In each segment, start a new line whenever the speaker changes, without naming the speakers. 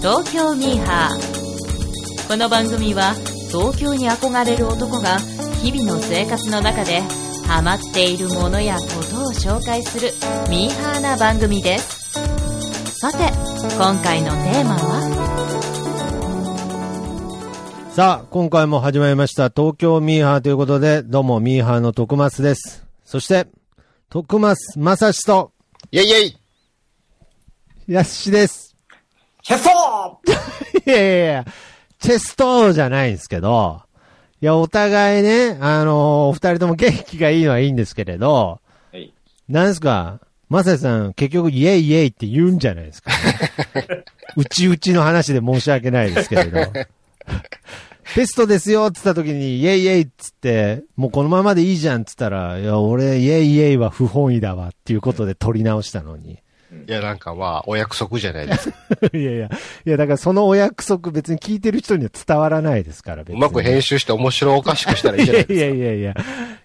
東京ミーハーこの番組は東京に憧れる男が日々の生活の中でハマっているものやことを紹介するミーハーな番組ですさて今回のテーマは
さあ、今回も始まりました東京ミーハーということで、どうもミーハーの徳松です。そして、徳松正史と、
イェイイェイ
やっしです。
チェスト
いやいやいや、チェストじゃないんですけど、いや、お互いね、あのーお二人とも元気がいいのはいいんですけれど、
はい。
なんですか、正史さん、結局、イエイイエイって言うんじゃない ですか。うちうちの話で申し訳ないですけれ ど。テストですよって言った時に、イエイイエイっつって、もうこのままでいいじゃんっつったら、いや、俺、イエイイエイは不本意だわっていうことで取り直したのに。
いや、なんかまあ、お約束じゃないですか。
いやいや、いや、だからそのお約束別に聞いてる人には伝わらないですから、別
う
に。
まく編集して面白おかしくしたらいい
い
じゃな
や
い
いやいやいや、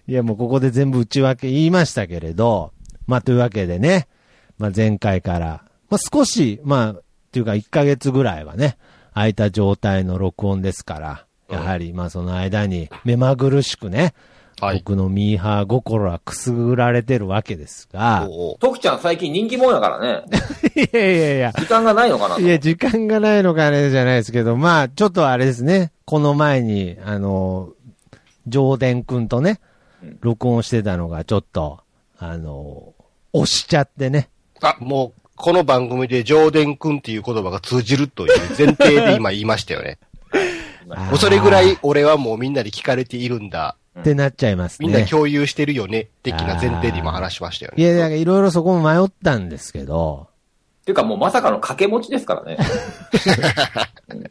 いやもうここで全部内訳言いましたけれど、まあというわけでね、まあ前回から、まあ少し、まあ、というか1ヶ月ぐらいはね、空いた状態の録音ですから、やはりまあその間に目まぐるしくね、
はい
僕のミーハー心はくすぐられてるわけです が、
おう
徳ちゃん最近人気者やからね。
いやいやいや、
時間がないのかない
や、時間がないのかね、じゃないですけど、まあ、ちょっとあれですね、この前に、あの、上田くんとね、録音してたのが、ちょっと、あの、押しちゃってね。
あ、もう、この番組で、上田くんっていう言葉が通じるという前提で今言いましたよね。もうそれぐら
あ
い俺はもうみんなに聞かれているんだ。
ーってなっちゃいますね。
みんな共有してるよね。的な前提で今話しましたよ
い
ね。
や、だからいろいろそこも迷ったんですけど、
ていうかもうまさかの掛け持ちですか らね。うん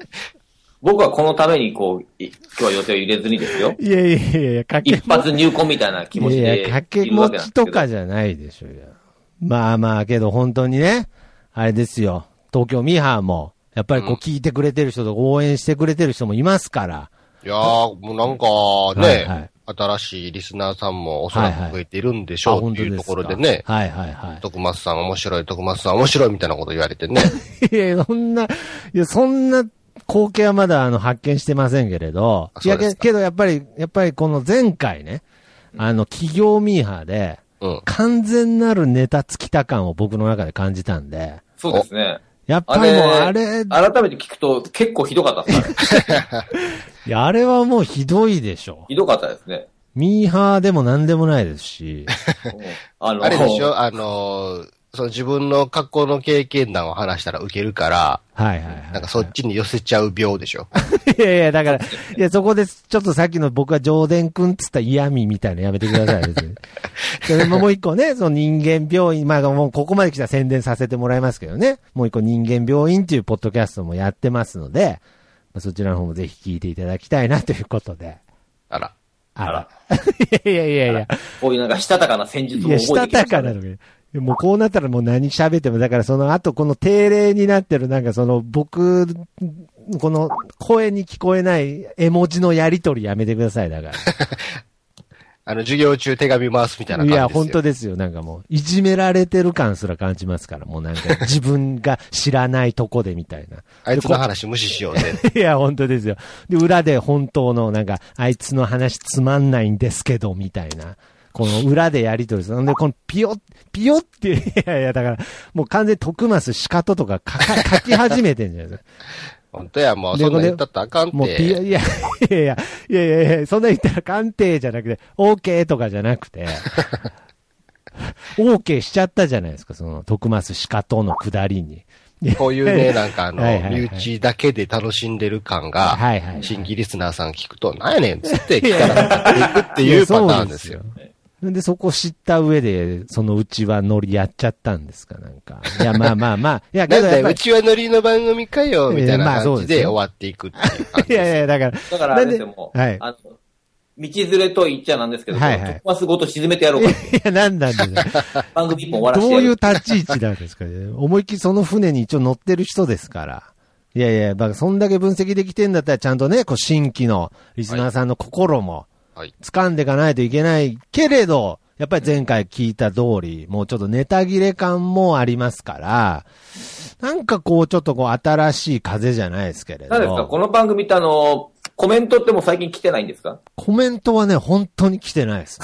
僕はこのためにこう、い今日は予定を入れずにですよ。
いやいやいやいや、かけ
一発入魂みたいな気持ち
いや
で
い
い
や、
る
掛け
わけ
持
なんです
ち
けど。
とかじゃないでしょうよ。まあまあ、けど本当にね、あれですよ、東京ミーハーも、やっぱりこう聞いてくれてる人とか応援してくれてる人もいますから、
いやー、もうなんか
はいはい
ね、新しいリスナーさんもおそら
はいはい
く増えているんでし
あ
ょうっ
本
て
当
いう
で
と
すか
ころでね。
はいはいは
徳松さん面白い、徳松さん面白いみたいなこと言わ れてね。
い。いや、そんな、いや、そんな光景はまだあの発見してませんけれど、
あ
い
そ
や
うですか
けけどやっぱり、やっぱりこの前回ね、あの企業ミーハーで、
うん。
完全なるネタ尽きた感を僕の中で感じたんで、
そうですね。
やっぱ
あ
り
れ、
もうあれ、
改めて聞くと結構ひどかった ですね。
いや、あれはもうひどいでしょ。
ひどかったですね。
ミーハーでも何でもないですし、
うんあの
あれでしょあのーその自分の過去の経験談を話したら受けるから、
はいはいはい。
なんかそっちに寄せちゃう病でしょ。
いやいや、だから、いや、そこで、ちょっとさっきの僕は上田くんっつった嫌味みたいなのやめてください、別に。それももう一個ね、その人間病院、まあもうここまで来たら宣伝させてもらいますけどね、もう一個人間病院っていうポッドキャストもやってますので、まあそちらの方もぜひ聞いていただきたいなということで。
あら。
あ
ら。
いやいやいやい
こういうなんかしたたかな戦術
や、
を
い
覚
や、
えて
し
き
た
ま
た
した
か
ね
なのに。もうこうなったらもう何喋っても、だからその後この定例になってるなんかその僕、この声に聞こえない絵文字のやりとりやめてください、だから。
あの、授業中手紙回すみたいな感じですよ。
や、本当
に。
ですよ。なんかもう、いじめられてる感すら感じますから、もうなんか、自分が知らないとこでみたい な。
あいつの
でこ
話無視しようぜ。
いや、本当ですよ。で、裏で本当の、なんか、あいつの話つまんないんですけど、みたいな。この裏でやりとりする。なんで、このピヨッ、ピヨッって、いやいや、だから、もう完全に徳マスシカトとか書か書き始めてんじゃないですか。
本当や、もう
で
そんな
これ
言ったったらあかんって。
もうピヨ、いや、いやいや、いやいやいや、そんな言ったら鑑定じゃなくて、OK とかじゃなくて、OK しちゃったじゃないですか、その、徳マスシカトの下りに。
こうい うね、なんかあの、
はいはいはい
身内だけで楽しんでる感が、
はいはいはい
新規リスナーさん聞くと、なんやねんっ つって聞かなかっていくっていうパターンですよ。
いや。そうなんで、そこ知った上で、そのうちはノリやっちゃったんですか、なんか。いや、まあまあ まあ。いや、
な
け
ん
どやっ
だよ、
ぱ
う
り。
ちはノリの番組かよ、みたい
えーまあ
な
そう
感
で
じ
すよ
で終わっていくっていう感じ
い
ですよ
やいや、だから。
だからあ
な
れ
ん
ですよ、もう、
はい。
あの、道連れと言っちゃなんですけど、
はいはい
トマスごと沈めてやろうか。
いや、なんなんで しょう
番組一本終わらせ
ど
て
う
やる。
いう立ち位置なんですかね。思いっきりその船に一応乗ってる人ですから。いやいや、まあ、そんだけ分析できてんだったら、ちゃんとね、こう、新規のリスナーさんの心も、
はい。
掴んでいかないといけないけれど、やっぱり前回聞いた通り、もうちょっとネタ切れ感もありますから、なんかこう、ちょっとこう、新しい風じゃないですけれ
何ですか
ど、
この番組ってあの、コメントってもう最近来てないんですか
コメントはね、本当に来てない です。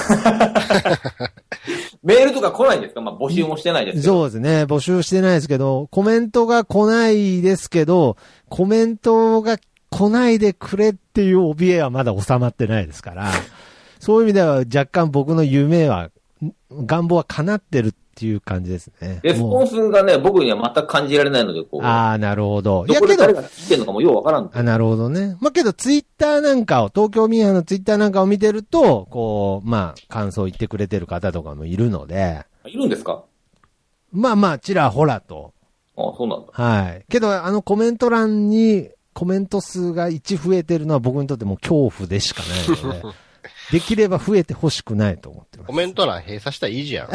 メールとか来ないんですかまあ募集もしてないですけど。
そうですね、募集してないですけど、コメントが来ないですけど、コメントが来ないでくれっていう怯えはまだ収まってないですから、そういう意味では若干僕の夢は、ん願望は叶ってるっていう感じですね。
レスポンスがね、僕には全く感じられないので、こう。
ああ、なるほど。い
ど
や
こで
け
誰
ど、
が来てるのかもようわからん。
あなるほどね。まあ、けど、ツイッターなんかを、東京ミーハーのツイッターなんかを見てると、こう、まあ、感想言ってくれてる方とかもいるので、
いるんですか
まあまあ、ちらほらと。
ああそうなんだ。
はい。けど、あのコメント欄に、コメント数が1増えてるのは僕にとってもう恐怖でしかない ので、できれば増えてほしくないと思ってます。
コメント欄閉鎖したらいいじゃん。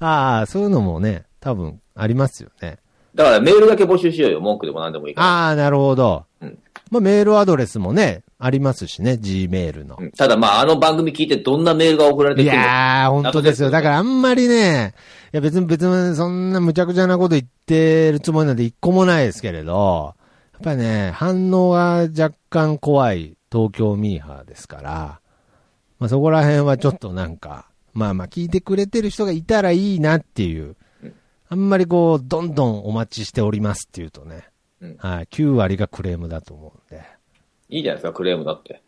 ああ、そういうのもね、多分ありますよね。
だからメールだけ募集しようよ。文句でも何でもいいから。
ああ、なるほど。
うん
まあ、メールアドレスもね、ありますしね、Gmail の。
うんただまあ、あの番組聞いてどんなメールが送られて
い
くるのか。
やー、本当ですよ。だからあんまりね、いや別に別にそんな無茶苦茶なこと言ってるつもりなんて一個もないですけれど、やっぱりね、反応が若干怖い東京ミーハーですから、まあそこら辺はちょっとなんか、まあまあ聞いてくれてる人がいたらいいなっていう、あんまりこう、どんどんお待ちしておりますっていうとね、
うん
はい、9割がクレームだと思うんで。
いいじゃないですか、クレームだって。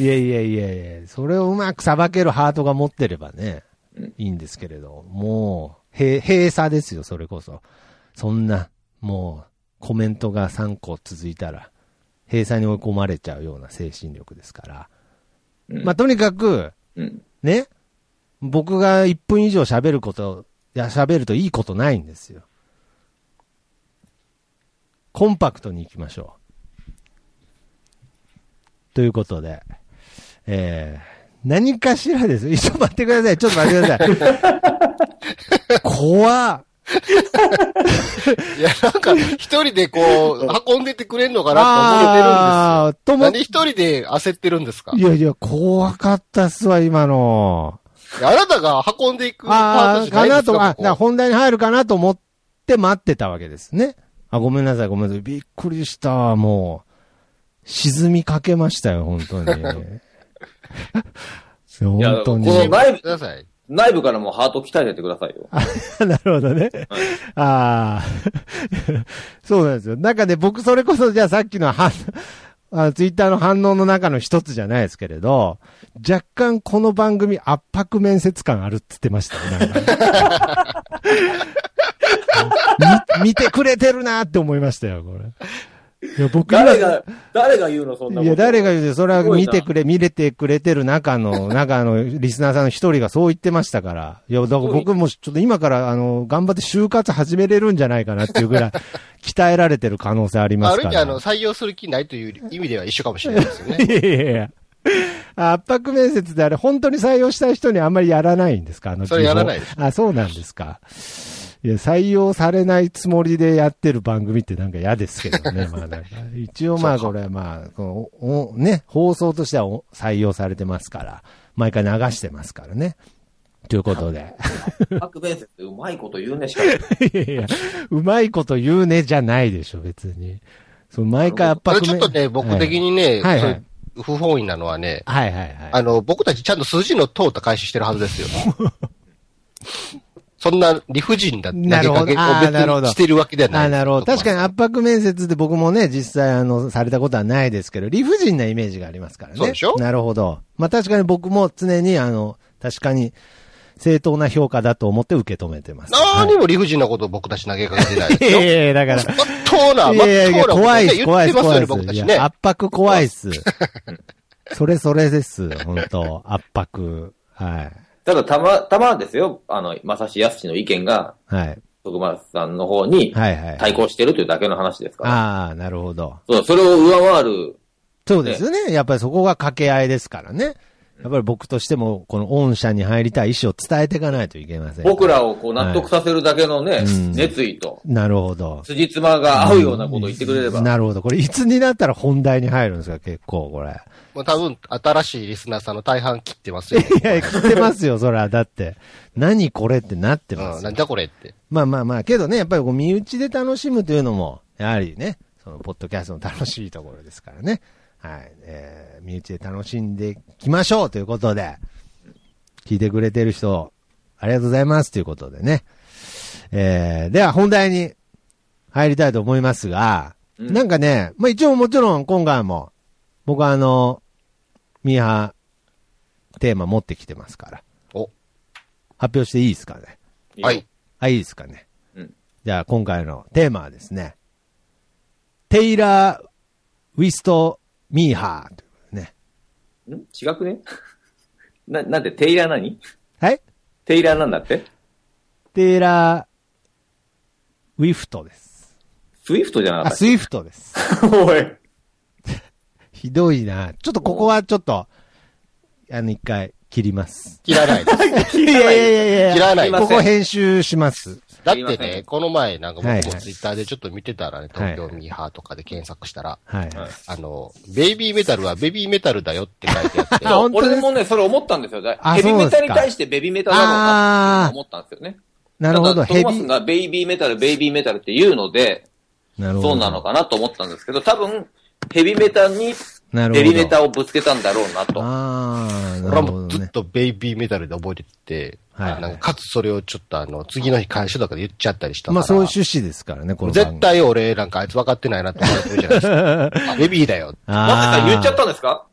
いやいやいやいや、それをうまくさばけるハートが持ってればね
うん、
いいんですけれど、もう、へ閉鎖ですよ、それこそ。そんな、もう、コメントが3個続いたら、閉鎖に追い込まれちゃうような精神力ですから。
うん
まあ、とにかく、
うん。
ね、僕が1分以上喋ること、いや、喋るといいことないんですよ。コンパクトに行きましょう。ということで、えー、何かしらです。 ちょっと待ってください。ちょっと待ってください。 怖っ
いや、なんか、一人でこう、運んでてくれんのかな
あーと
と思
思っ
ってるんですよ。何一人で焦ってるんですか
いやいや、怖かったっすわ、今の。
いやあなたが運んでいくパー
あ
ト
あ、
じゃな
か
いん
な
です
と、あ、
か
だから
ここ
本題に入るかなと思って待ってたわけですね。あ、ごめんなさい、ごめんなさい。びっくりした、もう。沈みかけましたよ、本 当に。そう
いや
本当に
こ。の内
ください。
内部からもハート鍛えてってくださいよ。
なるほどね。ああ。 そうなんですよ。なんかね、僕それこそじゃあさっきの反、 あのツイッターの反応の中の一つじゃないですけれど、若干この番組圧迫面接感あるって言ってましたね。なんか み見てくれてるなって思いましたよ、これ。いや、僕今
誰が、誰が言うの、そんなこと。
いや、誰が言うて、それは
すごい
見
な
てくれ、見れてくれてる中の、 中のリスナーさんの一人がそう言ってましたから。いや、だから僕もちょっと今から、あの、頑張って就活始めれるんじゃないかなっていうぐ らい、鍛えられてる可能性ありま
あ
す
る
か
意
ら。
味、あの、採用する気ないという意味では一緒かもしれないですよ ね。
いやいやいや。あ圧迫面接であれ、本当に採用したい人にあんまりやらないんですかあの
それ
基本
やらないです
あ、そうなんですか。いや、採用されないつもりでやってる番組ってなんか嫌ですけ どね。まあなんか、一応まあこれはまあ、このおおね、放送としてはお採用されてますから、毎回流してますからね。ということで。
白面接ってうまいこと言うね、しかし。
いやいや、うまいこと言うねじゃないでしょ、別に。そう、毎回圧
これ
迫
ちょっとね、僕的にね、
はいはい
そ
は
れ
い
不本意なのはね、
はいはいはい。
あの、僕たちちゃんと数字の通った開始してるはずですよ。 そんな理不尽な投げかけ
なるほどあーなる
を
ほど
別にしてるわけではない
あなるほど。確かに
に。
圧迫面接で僕もね、実際あの、されたことはないですけど、理不尽なイメージがありますからね。
そうでしょ
なるほど。まあ確かに僕も常にあの、確かに正当な評価だと思って受け止めてます。
何も理不尽なことを僕たち投げかけてない
い
ですよ
や。いやいや、だから。
まっとうな、まっとう
いや
な。
いやいや、怖いっす、
言
怖
っ
いってす、
ます
怖
よ
い
ね、
っ
僕
す。
た
い
ち
や、
ね。
圧迫怖いっ す。それそれです、本当圧迫。はい。
ただ、たま、たまですよ。あの、まさしやすしの意見が、
はい。
徳丸さんの方に
はいはい。
対抗してるというだけの話ですから。
ああ、なるほど。
そう、それを上回る。
そうですよね。やっぱりそこが掛け合いですからね。やっぱり僕としても、この御社に入りたい意思を伝えていかないといけません。
僕らをこう納得させるだけのね、
うん
熱意と、
なるほど。
辻褄が合うようなことを言ってくれれば。
なるほど。これ、いつになったら本題に入るんですか、結構、これ。
まあ、多分、新しいリスナーさんの大半切ってますよ、ね。
いや、切ってますよ、そら。だって。何これってなってま
うん、
す
な
よ
ん。だこれって。
まあまあまあ、けどね、やっぱりこう身内で楽しむというのも、やはりね、その、ポッドキャストの楽しいところですからね。はい。えー、身内で楽しんでいきましょうということで、聞いてくれてる人、ありがとうございますということでね。えー、では本題に入りたいと思いますが、
うん
なんかね、まあ一応もちろん今回も、僕はあの、ミーハーテーマ持ってきてますから、
お、
発表していいですかね。
いいよ
はい。。
あ、いいですかね。
うん
じゃあ、今回のテーマはですね、テイラー・ウィスト・ミーハーということでね。
ん違くね な、なんで、テイラー何
はい
テイラーなんだって
テイラー・ウィフトです。
スイフトじゃなか
あ、
っ
スイフトです。
た。おい。
ひどいな。ちょっとここはちょっと、あの、一回切ります。
切らないです。
いやいやいやいや
切らないです
ここ編集します。
だっ
切
て
りませ
ね
ん、
この前なんか僕
はい
も
はい
ツイッターでちょっと見てたらね、
はい
東京ミーハーとかで検索したら、
はい。
はい
あの、ベイビーメタルはベビーメタルだよって書いてあって、
あ本当です
俺もね、それ思ったんですよ。
あ
ヘビメタに対してベビーメタだろうなって思ったんですよね。
なるほど、
ただ
ヘ
トーマ
ビ
ス。がベイビーメタル、ベイビーメタルって言うので、
なるほど。
そうなのかなと思ったんですけど、多分、ヘビメタに
なるほ
ベ
ど。
ビーメタをぶつけたんだろうなと。
ああ、
俺
な
は
る
も
ほ
う
ど
ずっ
ね。
とベイビーメタルで覚えてて、
はいはい
なんかかつそれをちょっとあの、次の日会社とかで言っちゃったりしたから、
まあ、そういう趣旨ですからね、この番組
絶対俺なんかあいつ分かってないなって思ってるじゃないですか。あベビーだよ。
マックさ
あ
ん
ー
言っちゃったんですか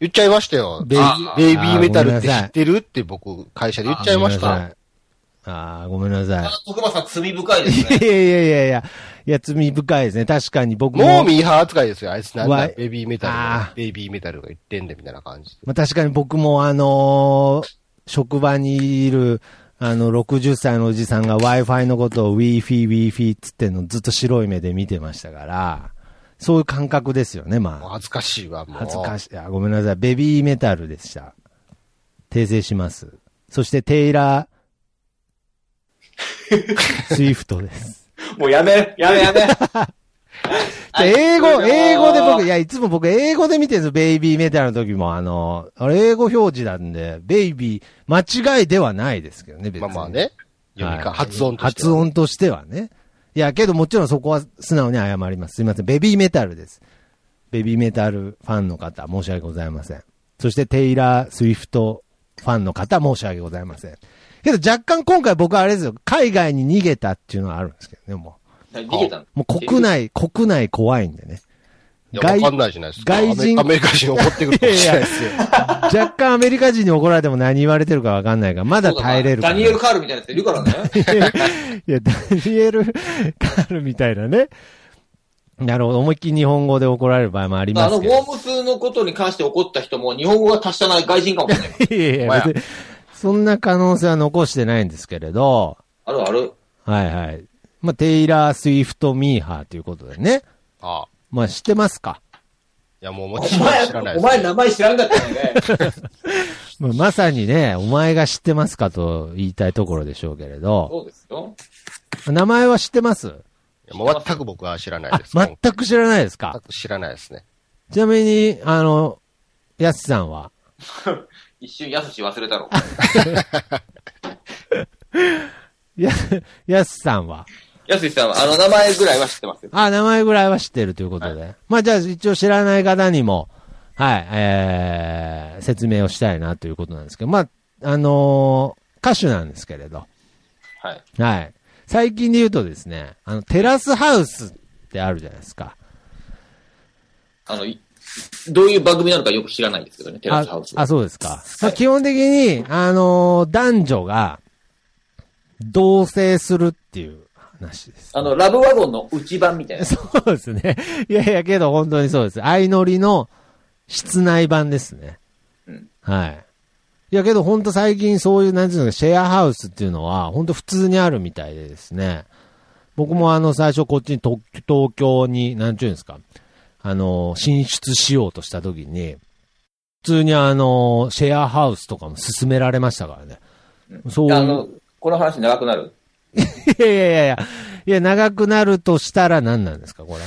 言っちゃいましたよ。
ベ
ベ
イ
イ
ビ
ー
ビーメタルっ
あ
て知
ーごめんなさい
ってるって僕、会社で言っちゃいました。。
あーごめんなさいあ
徳間さん罪深いで
ー、ごめ んなさい。。いやいやいやいや、いや、罪深いですね。確かに僕も。
もうミーハー扱いですよ。あいつなん
わ
だ
い
ベイビーメタル
あ
が
ー、
ベイビーメタルが言ってんだみたいな感じで。
まあ、確かに僕も、あのー職場にいる、あの、60歳のおじさんが Wi-Fi のことを Wi-Fi、Wi-Fi っつってんのずっと白い目で見てましたから、そういう感覚ですよね、
もう
まあ。
恥ずかしいわ、もう。
恥ずかしい。あごめんなさい。ベビーメタルでした。訂正します。そして、テイラ ー、スイフトです。
もうやめ、やめ やめ。
じゃあ英語、
はい
英語で僕、いや、いつも僕、英語で見てるんですよ。ベイビーメタルの時も、あの、あれ、英語表示なんで、ベイビー、間違いではないですけどね、別に。
まあまあね。読みか、
はい
発音として
発
は。
音としてはね。いや、けどもちろんそこは素直に謝ります。すいません。ベビーメタルです。ベビーメタルファンの方、申し訳ございません。そしてテイラー・スウィフトファンの方、申し訳ございません。けど若干今回僕はあれですよ。海外に逃げたっていうのはあるんですけどね、も
逃げたの
う。もう国。内、国内怖いんでね。
いや、わかんないじゃないですか。
外人
アメアメリカ人怒ってく るかもしれないですよ。
若干アメリカ人に怒られても何言われてるかわかんないから、まだ耐えれるか
ダ
ら。
ニエル・カールみたいなやつい るからね。
いや、ダニエル・カールみたいなね。なるほど。思いっきり日本語で怒られる場合もあり
あ
ま
の、
す
ウ
け
ォ
ど。
ームスのことに関して怒った人も、日本語が達者な外人かもしれない。
いやいや、別に、そんな可能性は残してないんですけれど、
あるある。
はいはい。まあ、テイラー・スウィフト・ミーハーということでね。
ああ。
まあ、知ってますか、
いや、もうも
お
ちろん知らない
前、
で
お
す。
前名前知らんかったよね。
まあ、まさにね、お前が知ってますかと言いたいところでしょうけれど、
そうですよ。
名前は知ってます
いやもう全く僕は知らない
あ
です。、
全く知らないですか
全く知らないですね。
ちなみに、あの、やすさんは、
一瞬、やすし忘れたろ。
や、やすさんは、
やすしさんは、あの名前ぐらいは知ってますよ。
あ、名前ぐらいは知ってるということで。まあじゃあ一応知らない方にも、はい、えー、説明をしたいなということなんですけど、まあ、あのー歌手なんですけれど、
はい。
はい。最近で言うとですね、あの、テラスハウスってあるじゃないですか。
あの、いどういう番組なのかよく知らないですけどね、テラスハウス。
あ、あそうですか。まあ、基本的に、あのー男女が、同棲するっていう話です。
あの、ラブワゴンの内版みたい な。
そうですね。いやいや、けど本当にそうです。相乗りの室内版ですね。
うん
はい。いや、けど本当最近そういう、なんていうのか、シェアハウスっていうのは、本当普通にあるみたいでですね。僕もあの、最初こっちにと、東京に、なんていうんですか、あの、進出しようとした時に、普通にあの、シェアハウスとかも勧められましたからね。そう。
あの、この話長くなる
いやいやいやいや。いや、長くなるとしたら何なんですか、これ。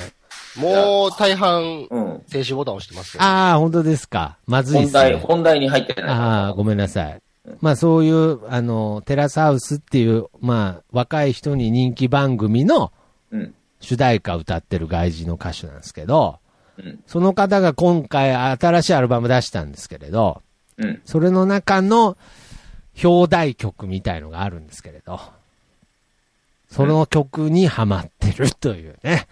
もう大半、
うん。
停止ボタン押してますよ、ね。
ああ、本当ですか。まずいっ
本
すね
題、。本題に入ってない。
ああ、ごめんなさい。まあそういう、あの、テラスハウスっていう、まあ若い人に人気番組の
うん。
主題歌を歌ってる外人の歌手なんですけど、
うん。
その方が今回新しいアルバム出したんですけれど、
うん。
それの中の表題曲みたいのがあるんですけれど、その曲にハマってるというね。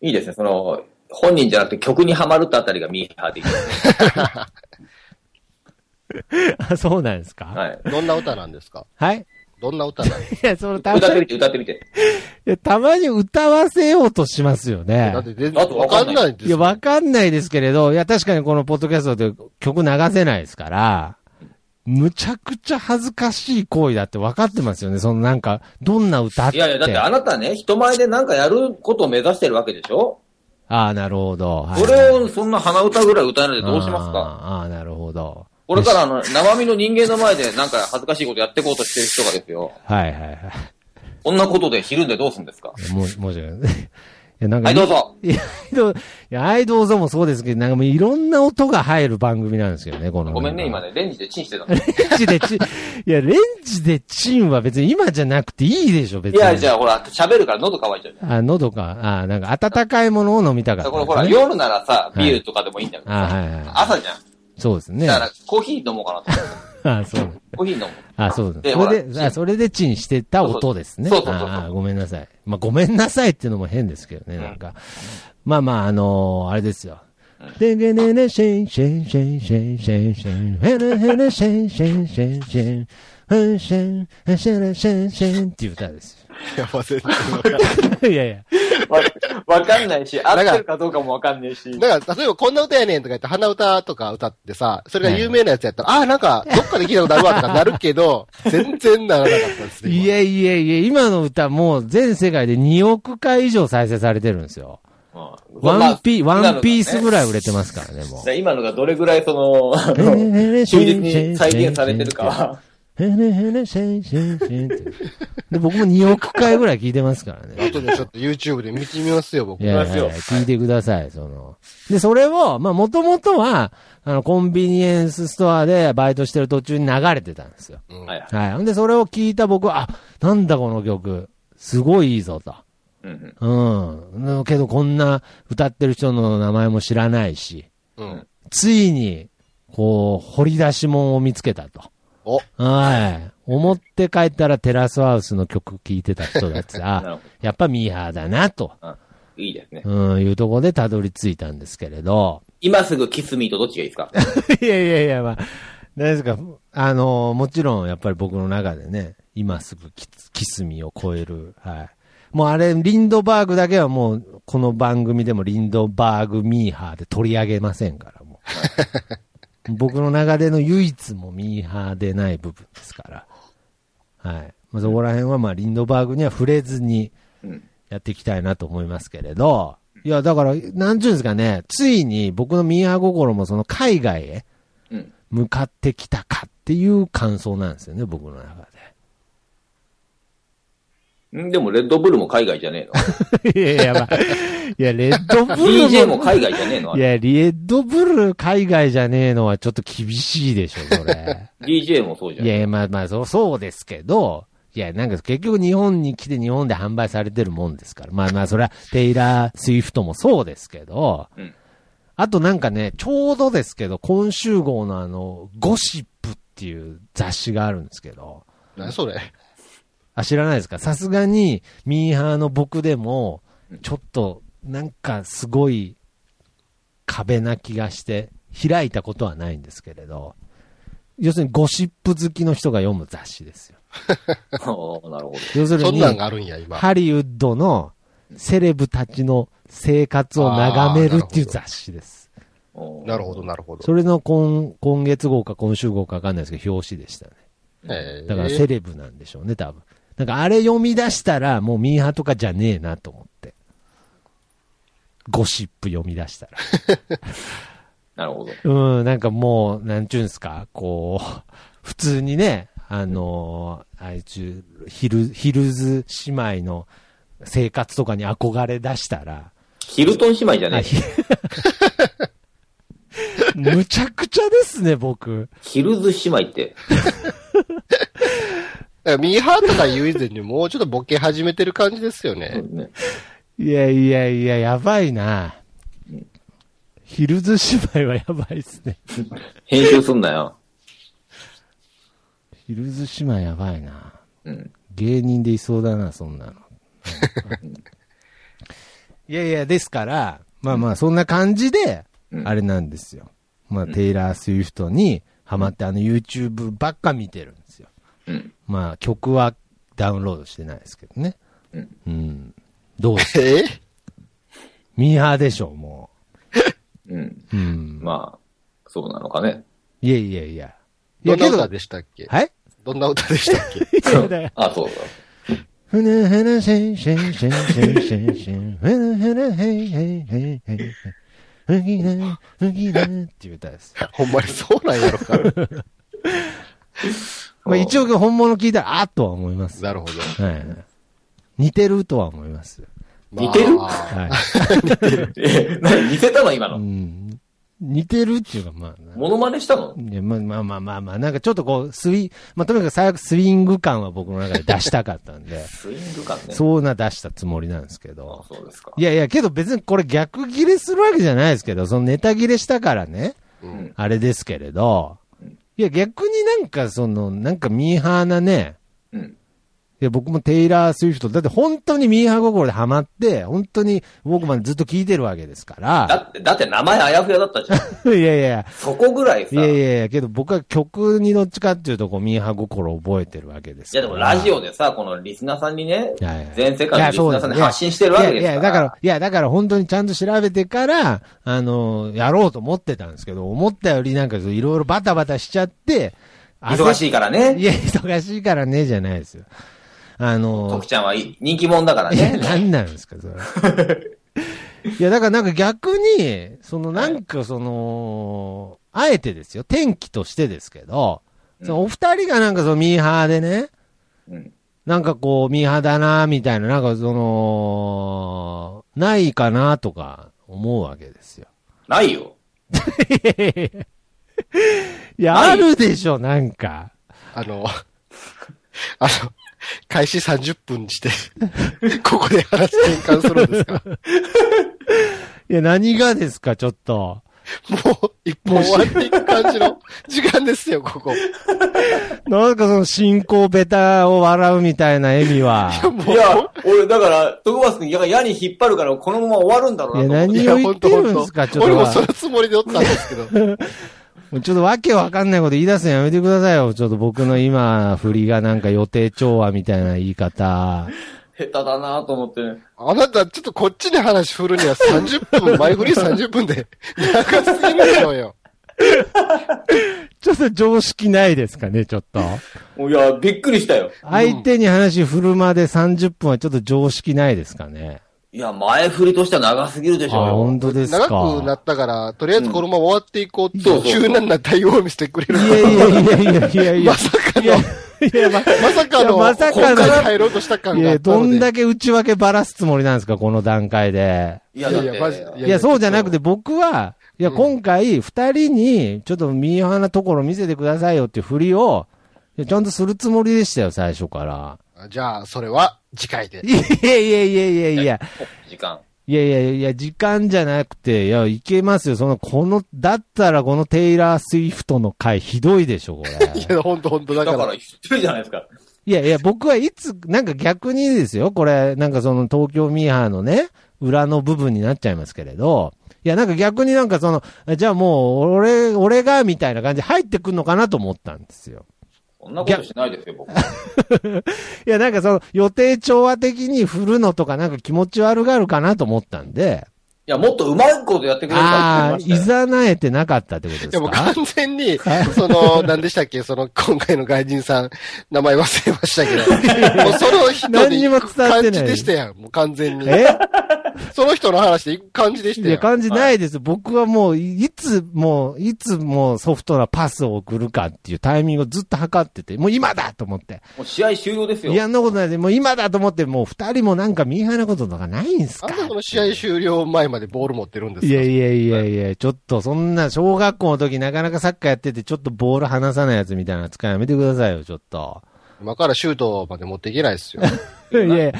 いいですね。その、本人じゃなくて曲にはまるってあたりがミーハーでいいです ね。
あそうなんですかはい。
はい。
どんな歌なんですか
はい、
どんな歌なんです
いや、そのたま
歌って
に
みて、歌ってみて。
いや、たまに歌わせようとしますよ
か
ね
だっ。て全然わかんないんです
いや、
よ。
わかんないですけれど、いや、確かにこのポッドキャストで曲流せないですから、むちゃくちゃ恥ずかしい行為だって分かってますよね。そのなんか、どんな歌って。
いやいや、だってあなたね、人前でなんかやることを目指してるわけでしょ
ああ、なるほど。はい
それをそんな鼻歌ぐらい歌えないでどうしますか
あーあー、なるほど。
これからあの、生身の人間の前でなんか恥ずかしいことやってこうとしてる人がですよ。
はいはいはい。
こんなことでひるんでどうすんですか
もう、もうじゃ ない。いや、なんか、
はい、どうぞ。
いや、いどういや、アイドルぞもそうですけど、なんかもういろんな音が入る番組なんですよね、この。
ごめんね、今
ね。
ね、レンジでチンしてたの。
レンジでチン、いや、レンジでチンは別に今じゃなくていいでしょ、別
い
に。
や、じゃあほら、喋るから喉乾いちゃうじゃん。
あ、喉か。あ、なんか温かいものを飲みたかった、
だ
ね。
からほら、夜ならさ、ビールとかでもいいんだけど
あ、
さ、
はいは
朝じゃん。
い。そうですね。
だから、コーヒー飲もうかなと 思って。
あ、そう。
コーヒー飲もう。
あ、そう
で
です。
ほ
そ
ら
れで、あそれでチンしてた音ですね。
そうそうそうそうそう
ああごめんなさい。まあ、ごめんなさいっていうのも変ですけどね、なんか。まあまあ、あのーあれですよ。でげねねしんしんしんしんしんしん、へねへねしんしんしんしん、ふんしん、へしゃらしんしんっていう歌です。
いや、忘れてる
いやいや。
わわかんないし、合
ら
ってるかどうかもわかんないし。
だから、例えばこんな歌やねんとか言って、鼻歌とか歌ってさ、それが有名なやつやったら、ああ、なんか、どっかで聞いたことあるわとかなるけど、全然ならなかったですね。
い
今
やいやいや、今の歌もう全世界で2億回以上再生されてるんですよ。ワンピ、ワンピースぐ
い。
らい売れてますからね、も う。
今のがどれぐらいその、
忠
忠実に再現されてるかは。
へねへね、シェンシェンシェンって。で、僕も2億回ぐらい聞いてますからね。
後でちょっと YouTube で見てみますよ、僕
い。やいやいや、聞いてください、その。で、それを、まあ、もともとは、あの、コンビニエンスストアでバイトしてる途中に流れてたんですよ。
うん
はい。
はい。ほんで、それを聞いた僕は、あ、なんだこの曲。すごいいいぞ、と。
うんうん
うん。けど、こんな歌ってる人の名前も知らないし、
うん。
ついに、こう、掘り出し物を見つけたと。
お、
はい。思って帰ったらテラスハウスの曲聴いてた人だって
なるほ
さ、やっぱミーハーだな、と、
いいですね。
うん、いうとこでたどり着いたんですけれど。
今すぐキスミーとどっちがいいですか
いやいやいや、まあ、何ですか、あの、もちろんやっぱり僕の中でね、今すぐキスキスミを超える、はい。もうあれ、リンドバーグだけはもう、この番組でもリンドバーグミーハーで取り上げませんから、もう。僕の中での唯一もミーハーでない部分ですから。はい。まあ、そこら辺は、まあ、リンドバーグには触れずに
うん、
やっていきたいなと思いますけれど、いや、だから、なんちゅうんですかね、ついに僕のミーハー心もその海外へ
うん。
向かってきたかっていう感想なんですよね、僕の中
んでも、レッドブルも海外じゃね
で。 いやいや、まあ、いや、 レッドブ
えの。DJ
ル
も
も、
海外じゃねえのあ
い
れ
や、レッドブル海外じゃねえのはちょっと厳しいでしょ、それ。
DJ もそうじゃ
い
ん。
やいや、まあまあ、そう、そうですけど、いや、なんか結局日本に来て日本で販売されてるもんですから。まあまあ、それはテイラー・スウィフトもそうですけど、
うん
あとなんかね、ちょうどですけど、今週号のあの、ゴシップっていう雑誌があるんですけど、
何それ。
あ、知らないですかさすがに、ミーハーの僕でも、ちょっと、なんかすごい、壁な気がして、開いたことはないんですけれど、要するにゴシップ好きの人が読む雑誌ですよ。
おーなるほど。
要する
そん
に、
なんがあるんや、今。
ハリウッドのセレブたちの生活を眺めるっていう雑誌です。
おー
なるほど、なるほど。
それの今今月号か今週号かわかんないですけど、表紙でしたね。
えー
だからセレブなんでしょうね、多分。なんかあれ読み出したら、もうミーハーとかじゃねえなと思って。ゴシップ読み出したら。
なるほど。
うん、なんかもう、なんちゅうんすか、こう、普通にね、あのー、あいつ、ヒル、ヒルズ姉妹の生活とかに憧れ出したら、
ヒルトン姉妹じゃな
あ
い。
ひ むちゃくちゃですね、僕。
ヒルズ姉妹って。
だからミーハーとか言う以前にもうちょっとボケ始めてる感じですよ
う
ね。
んね
いやいやいや、やばいな。ヒルズ姉妹はやばいっすね。
編集すんなよ。
ヒルズ姉妹やばいな。
うん。
芸人でいそうだな、そんなの。 いやいや、ですから、まあまあ、そんな感じで、
うん
あれなんですよ。まあ、テイラー・スウィフトにハマって、あの YouTube ばっか見てるんですよ。
うん。
まあ、曲はダウンロードしてないですけどね。
うん。
うん。どうし
え
ミーハーでしょ、も
うん。
う。うん。
まあ、そうなのかね。
いやいやいや。いや
どんな
けど、
歌
は
でしたっけ
い
どんな歌でしたっ け
あ、そうだ。
ふなふなせんせんせんせんせんせん。ふなふなへいへいへいへいへい。ふぎな、ふぎなっていう歌です。
ほんまにそうなんやろか。
まあ一応本物聞いたら、あっとは思います。は
なるほど。
い。似てるとは思います。
まあ
似てる
はい。
え、何似せたの今
う
の。
ん。似てるっていうか、まあ。
モノマネしたの
いやまあまあまあまあまあ、なんかちょっとこう、スイ、まあとにかく最悪スイング感は僕の中で出したかったんで、
スイング感ね。
そうな出したつもりなんですけど
あ。そうですか。
いやいや、けど別にこれ逆切れするわけじゃないですけど、そのネタ切れしたからね、
ん
あれですけれど、いや逆になんかその、なんかミーハーなね、
うん。
いや僕もテイラー・スウィフト、だって本当にミーハー心でハマって、本当にウォークマンずっと聞いてるわけですか
だ
ら、
って、だって名前あやふやだったじゃん。
いやいや、
そこぐらいさ。
いやいやいや、けど僕は曲にどっちかっていうとこうミーハー心を覚えてるわけです
いや
から。
でもラジオでさ、このリスナーさんにね、
いやいや
全世界の
いや
リスナーさん
そうで
です
ね
発信してるわけです
い
か
やい
ら。
や、だから、いや、だから本当にちゃんと調べてから、あの、やろうと思ってたんですけど、思ったよりなんかいろいろバタバタしちゃって、
忙し
い。
いから
い
ね。
や、忙しいからね、じゃないですよ。あの
徳、ちゃんはい人気者だから
いや、
ね。
何 なんですか、それ。いや、だからなんか逆に、そのなんかその、あえてですよ、天気としてですけど、そのお二人がなんかそのミーハーでね、
うん。
なんかこう、ミーハーだな、みたいな、なんかその、ないかな、とか思うわけですよ。
ないよ。
いや、
ない
あるでしょ、なんか。
あの、 あの、開始30分にして、 ここで話転換するんですか
いや、何がですか、ちょっと。
もう、一本終わっていく感じの時間ですよ、ここ。い
なんかその、進行ベタを笑うみたいな笑みは。
や、もう
いや、俺だから、徳松君が矢に引っ張るから、このまま終わるんだろ
いうや、
なと思って。
何を言ってるんですか、
い
ち
や
ょっと
本当本当俺もそ
は
の。つもりでおったんですけど。
もうちょっとわけわかんないこと言い出すのやめてくださいよ。ちょっと僕の今、振りがなんか予定調和みたいな言い方。
下手だなと思って、ね。
あなた、ちょっとこっちに話振るには30分、前振り30分で、長すぎるのよ。
ちょっと常識ないですかね、ちょっと。
もういや、びっくりしたよ。
相手に話振るまで30分はちょっと常識ないですかね。
いや、前振りとしては長すぎるで
あ、
しょうよ。
本当ですか。
長くなったから、とりあえずこのまま終わっていこうって、
うんそうそう
柔軟な対応を見せてくれる
い。やいやいやいやいやいや。
まさかの
いやいや、ま
まさかの、
いやまさかの
国会に入ろうとした感
い
があ
や、
った
ど
ので。
んだけ内訳ばらすつもりなんですか、この段階で。
いや、だっ
いやいやマジ
て
で、
いや、そうじゃなくて僕は、いや、
うん
今回、二人に、ちょっとミーハーなところ見せてくださいよっていう振りを、いやちゃんとするつもりでしたよ、最初から。
じゃあ、それは、次回 で。
いやいやいやいやいや。
時間。
いやいやいや、時間じゃなくて、いや、いけますよ。その、この、だったらこのテイラー・スウィフトの回ひどいでしょ、こ れ。
いや、ほんとほんと、だ
だ
か
からら、。一人じゃないですか。
いやいや、僕はいつ、なんか逆にですよ、これ、なんかその東京ミーハーのね、裏の部分になっちゃいますけれど、いや、なんか逆になんかその、じゃあもう、俺、俺が、みたいな感じで入ってくんのかなと思ったんですよ。
そんなことしないですよ、僕。
いや、なんかその、予定調和的に振るのとか、なんか気持ち悪がるかなと思ったんで、
いや、もっとうまいことやってくれる
あ
か
あ、
って
い
言ってましたよ。
ざなえてなかったってことです
いや、もう
か
完全 に、その、何でしたっけ、その、今回の外人さん、名 前忘れましたけど、もうその人
何に
で
も伝わってない
感じでしたやん、もう完全に。
え
その人の話でいい感じでし
い
たよ
や、。感じないです。僕はもう、いつもう、いつもうソフトなパスを送るかっていうタイミングをずっと測ってて、もう今だと思って。
もう試合終了ですよ。
いや、そんなことないで、もう今だと思って、もう二人もなんかミーハーなこととかないんすか
なんでこの試合終了前までボール持ってるんですか
いやいやいやいや、ちょっとそんな、小学校の時なかなかサッカーやってて、ちょっとボール離さないやつみたいな扱いやめてくださいよ、ちょっと。
今からシュートまで持っていけない ですよ。
いやいや、い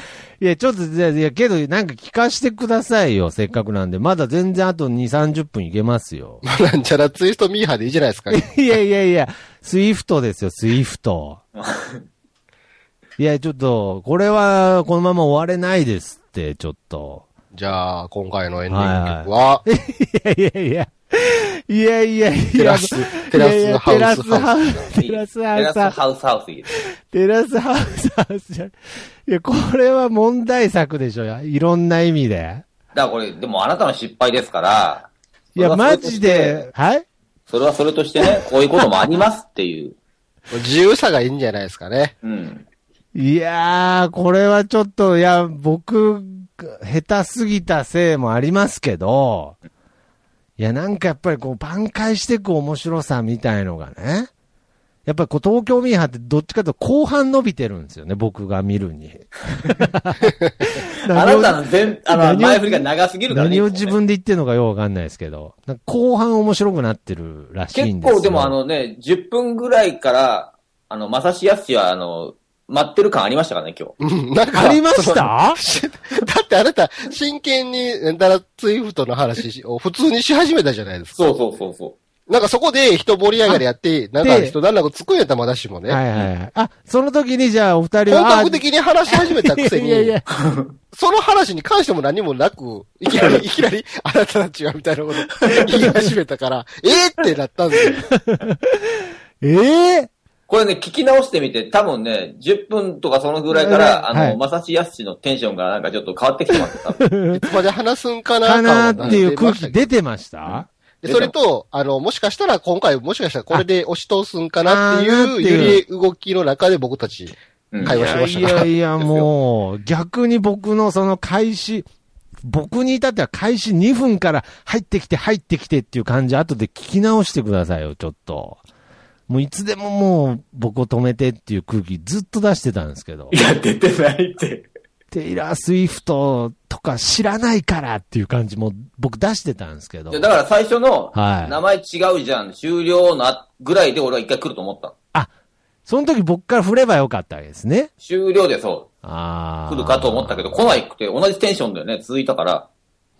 や、ちょっと、いや、いやけど、なんか聞かしてくださいよ、せっかくなんで。まだ全然あと2、30分いけますよ。
まあなんちゃらツイストミーハーでいいじゃないですか。
いやいやいや、スイフトですよ、スイフ ト。いや、ちょっと、これは、このまま終われないですって、ちょっと。
じゃあ、今回のエンディング曲は、
いやいやいや。いやいやいや。
テラステラスハウ
いやい
ス
やテラスハウス。
いい
テラスハウス
テラス
ハ
ハウスハウスいいで
ウ
す。
ス。テラスハウスハウスじゃ。いや、これは問題作でしょ。いろんな意味で。
だからこれ、でもあなたの失敗ですから。
いや、
それは
マ
それとし
ジ
て
で。。はい
それはそれとしてね、こういうこともありますっていう。
自由さがいいんじゃないですかね。
うん。
いやー、これはちょっと、いや、僕、下手すぎたせいもありますけど、いや、なんかやっぱりこう、挽回していく面白さみたいのがね、やっぱりこう、東京ミーハーってどっちかというと後半伸びてるんですよね、僕が見る に。
あ
何
な
を
たの全、あ
何を
の、前振りが長すぎるからね。
何を
いつ
自
もね
分で言ってんのかようわかんないですけど、なんか後半面白くなってるらしいんで
結
すよ。
構でもあ、のね、10分ぐらいから、あの、まさしやすしは、あの、待ってる感ありましたからね、今日。
うん、なんか。
あり まし
その
た
だってあなた、真剣に、ダラツイフトの話を普通にし始めたじゃないですか。
そうそうそうそ
なんかそこで人盛り上がりやって、なんか
で
人なんだかつくんやったまだしもね。
はいはいはい。あ、その時にじゃあお二人
本
は、あ
格的に話し始めたくせに、
いやいや
その話に関しても何もなく、いき なり、いきなり、あなたたちはみたいなこと言い始めたから、ええってなったんですよ。
ええ
う。これね、聞き直してみて、多分ね、10分とかそのぐらいか
うん
ら、あ
は
の、
い
まさしやすしのテンションがなんかちょっと変わってき てますよ、多分
いつまで話すんかな
かな
感
ー
は
っていう空
出ま
気
したけど
出てました
でそれと、あの、もしかしたら今回もしかしたらこれで押し通すんかなって
あーなっ
いう、
ていう
揺り動きの中で僕たち、
うん
会話しま
い
したか
や
ら。
いや、もう、逆に僕のその開始、僕に至っては開始2分から入ってきて入ってきてっていう感じ、後で聞き直してくださいよ、ちょっと。もういつでももう僕を止めてっていう空気ずっと出してたんですけど
い。や、出てないって。
テイラー・スウィフトとか知らないからっていう感じも僕出してたんですけど
いや。だから最初の、
はい
名前違うじゃん、終了な、ぐらいで俺は一回来ると思ったの。
あ、その時僕から振ればよかったわけですね。
終了でそ
あ
う、
あ。
来るかと思ったけど、来ないくて、同じテンションだよね、続いたから。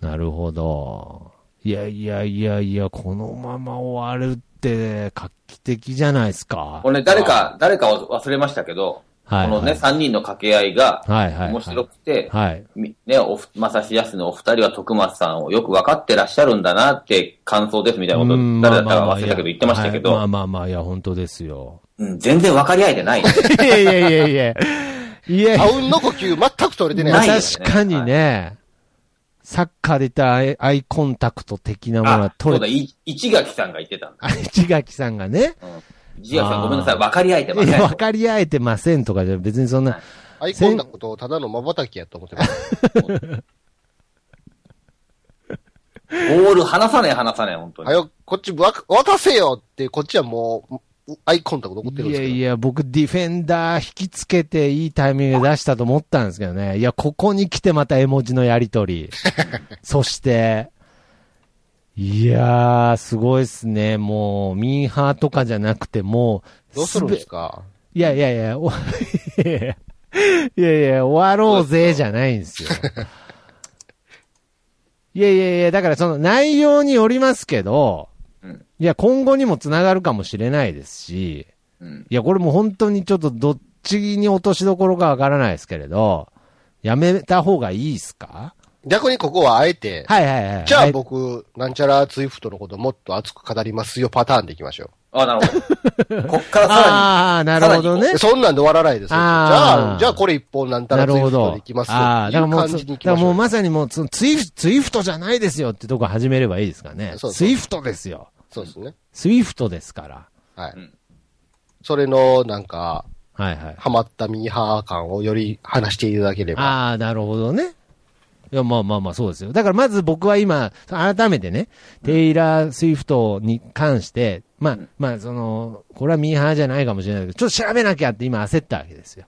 なるほど。いやいやいやいや、このまま終わるって画期的じゃないですか。
これね、誰か、誰かを忘れましたけど、
はい
このね、
はい
3人の掛け合いが、
はいはいはい
面白くて、
はい。
みね、おふ、まさしやすのお二人は徳松さんをよく分かってらっしゃるんだなって感想ですみたいなこと、
うん
誰だったか
まあまあまあ
忘れたけど言ってました
は
け
いまあ
ど、
まあまあ、いや、本当ですよ。
うん全然分かり合え てない。
いやいやいやいや。い やい
あ
や、
うんの呼吸全く取れて
な
ないい。
よね
確かにね、サッカーで言ったらアイアイコンタクト的なものは
あ、そ
取
うだ、
れ
い市垣さんが言ってたんだ。
あ市垣さんがね、
市垣さ
あー
んごめんなさい、分かり合えてま
い
せん。
や分かり合えてませんとかじゃ別にそんな、
アイコンタクトをただの瞬きやと思ってます。
ボール離さねえ、離さねえ、本当
は
に。
よ、こっちわか渡せよって、こっちはもう、アイコンタクト怒ってるん
い
です
や
けど。
いや、僕、ディフェンダー引きつけていいタイミングで出したと思ったんですけどね。いや、ここに来てまた絵文字のやりと り。そして、いやー、すごいっすね。もう、ミーハーとかじゃなくて、もう、
どうするんで
べ
すか
いやいやいや、 おいやいやいやいや、終わろうぜ、じゃないんですよ。 いやいやいや、だからその内容によりますけど、
うん
いや、今後にもつながるかもしれないですし、
うん
いや、これもう本当にちょっとどっちに落としどころかわからないですけれど、やめた方がいいっすか
逆にここはあえて、
はいはいはい。
じゃ
は
あ
い
僕、なんちゃらツイフトのこともっと熱く語りますよパターンでいきましょ
あ、なるほど。こっからさ。
ああ、なるほどね
う。。そんなんで終わらないですよ。じ
あー
ゃあ、じゃあこれ一本なんた
な
らツ
る
イ
ほ
フト
ど
でいきま。すよ
ああ、
っ
だ
て
か
い
ら
う
もう、
感
そ
じに
だ
いき
から
まし
も
ょ
う
う。
まさにもうそのツイフ、ツイフトじゃないですよってとこ始めればいいですかね。
そうそう
ツイフトですよ。
そうですね。
スイフトですから。
はいう
ん
それの、なんか、
はいはい。
ハマったミーハー感をより話していただければ。
ああ、なるほどね。いや、まあまあまあ、そうですよ。だからまず僕は今、改めてね、テイラー・スウィフトに関して、まあ、まあ、その、これはミーハーじゃないかもしれないけど、ちょっと調べなきゃって今焦ったわけですよ。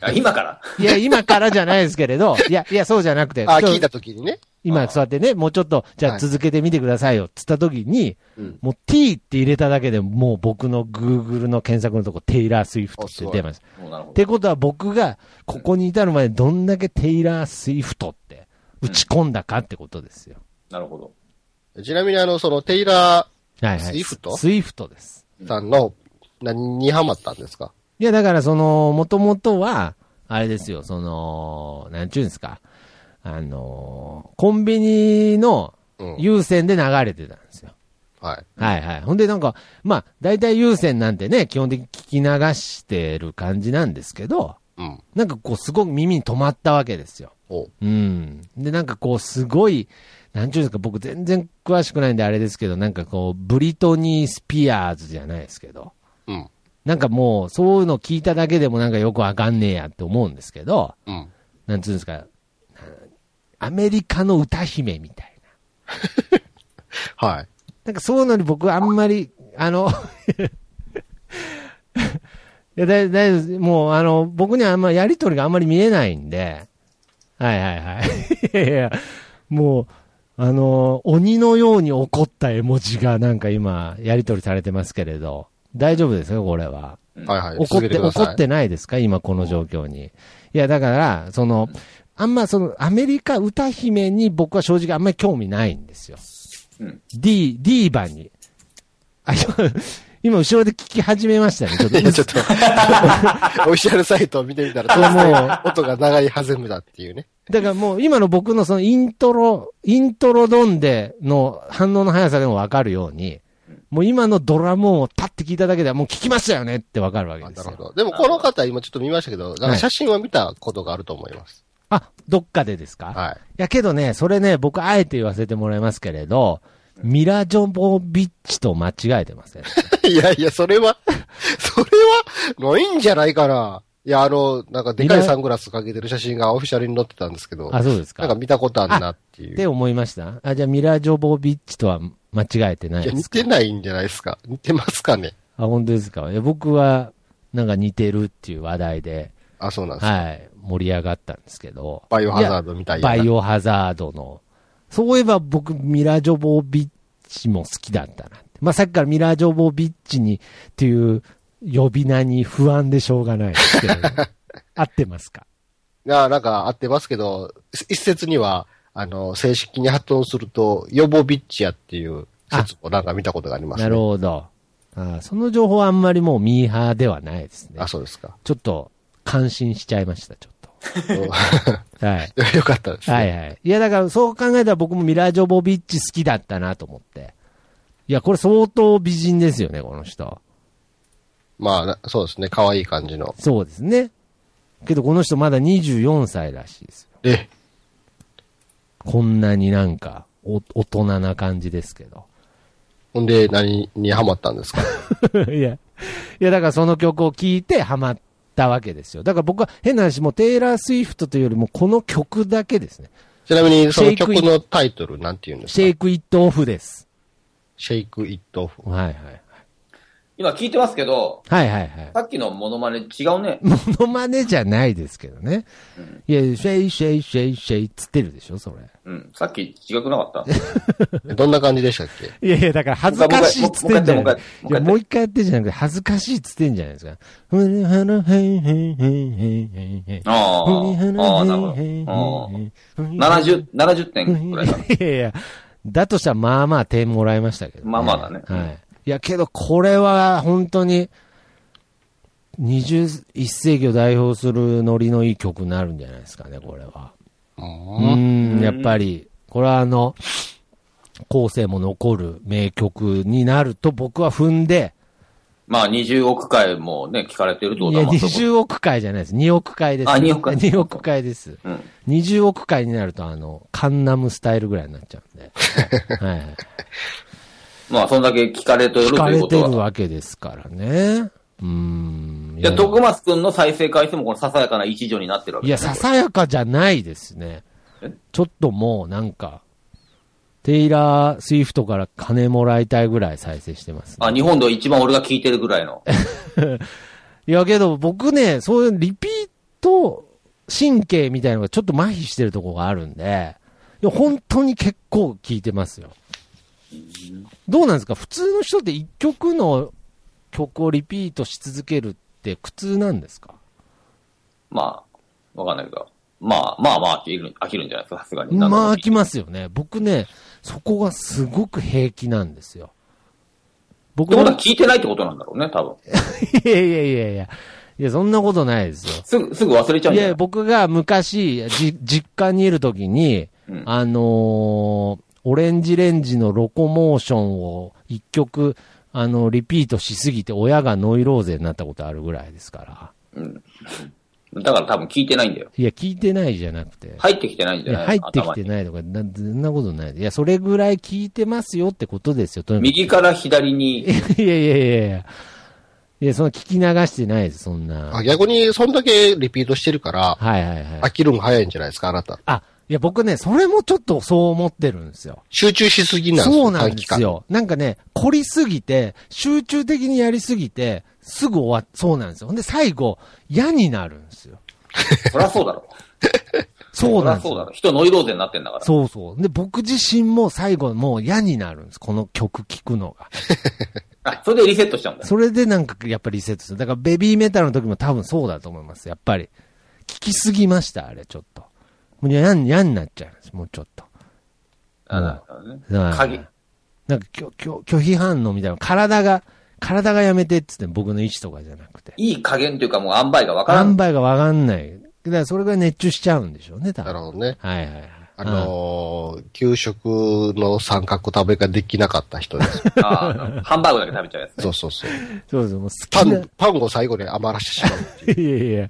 あ今から
いや、今からじゃないですけれど、いや、いや、そうじゃなくて、
あ、聞いた時にね。
今、そうやってね、もうちょっと、じゃ
は
あ
い
続けてみてくださいよ、つった時に、
うん
もう t って入れただけでもう僕の Google の検索のとこ、テイラー・スウィフトって出ました。
もうなるほ
っ
ど。
てことは僕が、ここに至るまでどんだけテイラー・スウィフトって打ち込んだかってことですよ。
なるほど。
ちなみにあの、その、テイラ
はいはい。
スウィフト
スイフトです。
ーさんの、何にハマったんですか
いや、だからその、もともとは、あれですよ、その、なんちゅうんですか。あのーコンビニの
うん
有線で流れてたんですよ。
はい。
はいはい。ほんでなんか、まあ、大体有線なんてね、基本的に聞き流してる感じなんですけど、
うん。
なんかこう、すごく耳に止まったわけですよ。
お
うん。で、なんかこう、すごい、なんちゅうんですか、僕全然詳しくないんであれですけど、なんかこう、ブリトニー・スピアーズじゃないですけど、
うん。
なんかもう、そういうの聞いただけでもなんかよくわかんねえやって思うんですけど、
うん。
なんつうんですか、アメリカの歌姫みたいな。
はい。
なんかそういうのに僕はあんまり、あの、いや、だ、だ、もう、あの、僕にはあんまやりとりがあんまり見えないんで、はいはいはい。いやいや、もう、あの、鬼のように怒った絵文字がなんか今、やりとりされてますけれど、大丈夫ですかこれは。
はいはい。
怒っ
続
て、
けくだ
怒
さい
ってないですか今この状況に。いや、だから、その、あんまその、アメリカ歌姫に僕は正直あんまり興味ないんですよ。
うん。
D、ディーバに。あ、今、 今後ろで聞き始めましたね。ちょっと
いや、ちょっと、オ フィシャルサイトを見てみたら、
これもう
音が流れ始めたっていうね。
だからもう今の僕のそのイントロ、イントロドンでの反応の速さでもわかるように、もう今のドラム音をパッて聞いただけではもう聞きましたよねってわかるわけ
あ
です
なるほ
よ。
ど。でもこの方今ちょっと見ましたけど、なん
は
か
い
写真は見たことがあると思います。
あ、どっかでですか
はい
やけどね、それね、僕あえて言わせてもらいますけれど、ミラ・ジョボビッチと間違えてません。
い。いやいや、それは、 それは、ないんじゃないかな。いや、あの、なんかでかいサングラスかけてる写真がオフィシャルに載ってたんですけど、
あ、そうです
な
か。
んか
っ
見たことあるなっていう。
て思いましたあ、じゃあミラ・ジョボビッチとは間違えてない
いや、
で
似
すか
てないんじゃないですか。似てますかね。
あ、本当ですかいや僕は、なんか似てるっていう話題で、
あ、そうなんです。
はい、盛り上がったんですけど。
バイオハザードみたいな
バイオハザードの。そういえば僕、ミラ・ジョボビッチも好きだったなって。まあ、さっきからミラ・ジョボビッチに、っていう呼び名に不安でしょうがないです けど、合ってますか
いや、なんか合ってますけど、一説には、あの、正式に発音すると、ヨボビッチやっていう説をなんか見たことがあります、ね。
なるほど。ああその情報はあんまりもうミーハーではないですね
あ、。そうですか。
ちょっと、感心しちゃいました、ちょっ
よ
と。はい。
かったです、ね。
はいはい。いや、だからそう考えたら僕もミラ・ジョボビッチ好きだったなと思って。いや、これ相当美人ですよね、この人。
まあな、そうですね。可愛い感じの。
そうですね。けどこの人まだ24歳らしいですよ。
え、
こんなになんか、お、大人な感じですけど。
ほんで、何にハマったんですか
いや。いや、だからその曲を聴いてハマったわけですよ。だから僕は変な話、もうテイラー・スウィフトというよりもこの曲だけですね。
ちなみに、
シ
そ
ェ
の
イク
曲
イッ
のタイトル、なんて言うんですか
シェイク・イット・オフです。
シェイクイットオフ。
はいはい。
今聞いてますけど、
はいはいはい。
さっきのモノマネ違うね。
モノマネじゃないですけどね。いや、シェイシェイシェイシェイっつってるでしょ、それ。
うん。さっき違くな かった
どんな感じでしたっけ
いやいや、だから恥ずかしいっつってんじゃ
もう一回もう一回もう一回
ないい
もう一回
や、もう一回やってんじゃなくて、恥ずかしいっつってんじゃないですか。ふにはらへいへいへいへいへいへい。
あ
ふには
あ、ああ、なる
ら
ほ
へいへいへいへい
ど。うん
ふにはらへいへいへい。
70、70点くらいかな。
いやいや、だとしたらまあまあ点もらいましたけど、
まあまあだね
はい。いや、けどこれは本当に、21世紀を代表するノリのいい曲になるんじゃないですかね、これは。
う
う
ー
ん、
ん。
やっぱり、これはあの、後世も残る名曲になると僕は踏んで、
まあ、20億回もね、聞かれてるってこ
い
と
や、
は、まあ、そこ
20億回じゃないです。2億回です。
あ2億回
2億回です。
うん。
20億回になると、あの、カンナムスタイルぐらいになっちゃうんで。はいはい。
まあ、そんだけ聞かれてる
聞
と
か
いう
れ
こ
て
と
る
は。
わけですからね。うーん。い
いや、徳松くんの再生回数もこのささやかな一助になってるわけ
いや、
です
さ
ね
さやかじゃないですね。
え
ちょっともうなんか、テイラー・スウィフトから金もらいたいぐらい再生してます、ね。
あ、日本で一番俺が聞いてるぐらいの。
いやけど僕ね、そういうリピート神経みたいなのがちょっと麻痺してるとこがあるんで、いや本当に結構聞いてますよ。どうなんですか普通の人って一曲の曲をリピートし続けるって苦痛なんですか
まあ、わかんないけど。まあ、まあまあ飽きる、飽きるんじゃないですか、さすがに。
まあ飽
飽
きますよね。僕ね、そこがすごく平気なんですよ。
っ
僕
てことは
は、
聞いてないってことなんだろうね、多分。
いやいやいやいや、いや、そんなことないですよ。
すぐ、すぐ忘れちゃうん
い
じゃ
や、
ない
僕が昔、じ、実家にいるときに、
うん
あのーオレンジレンジのロコモーションを一曲、あの、リピートしすぎて親がノイローゼになったことあるぐらいですから。
だから多分聞いてないんだよ。
いや、聞いてないじゃなくて。
入ってきてないん
い
じゃな
や、
い
入ってき
頭
て
に
ないとか、なそんなことない。いや、それぐらい聞いてますよってことですよ、とにかく
右から左に、
いやいやいやいや。いや、その聞き流してないです、そんな。
あ
はい
逆に、そんだけリピートしてるから、
はいはい
飽。きるの早いんじゃないですか、あなた。
あ、いや、僕ね、それもちょっとそう思ってるんですよ。
集中しすぎなんですよ
そうなんです
短期間
よ。なんかね、凝りすぎて、集中的にやりすぎて、すぐ終わっ、そうなんですよ。ほんで、最後、嫌になるんですよ。
そりゃそうだろ。
そうなんです
そりゃそうだ
よ。
ろ。人ノイローゼになってんだから。
そうそう。で、僕自身も最後、もう嫌になるんです。この曲聴くのが。
あ、それでリセットしちゃうんだよ。
それでなんか、やっぱりリセットする。だから、ベビーメタルの時も多分そうだと思います。やっぱり。聞きすぎました、あれ、ちょっと。もう、やん、やんなっちゃいます。もうちょっと。
あなるほどね
はい
鍵。
なんか、きょ、きょ、拒否反応みたいな。体が、体がやめてって言って、僕の意思とかじゃなくて。
いい加減というかもう塩梅がわから
塩
ん。
梅がわかんない。だからそれぐらい熱中しちゃうんでしょうね、多
な
分。
るほどね。
はいはいはい。
あのー給食の三角食べができなかった 人です。
あーハンバーグだけ食べちゃうやつね。
そうそうそう。
うんそうそう、もう好
パ
きな。
ン、パンを最後に余らして しまうっていう。
いやいや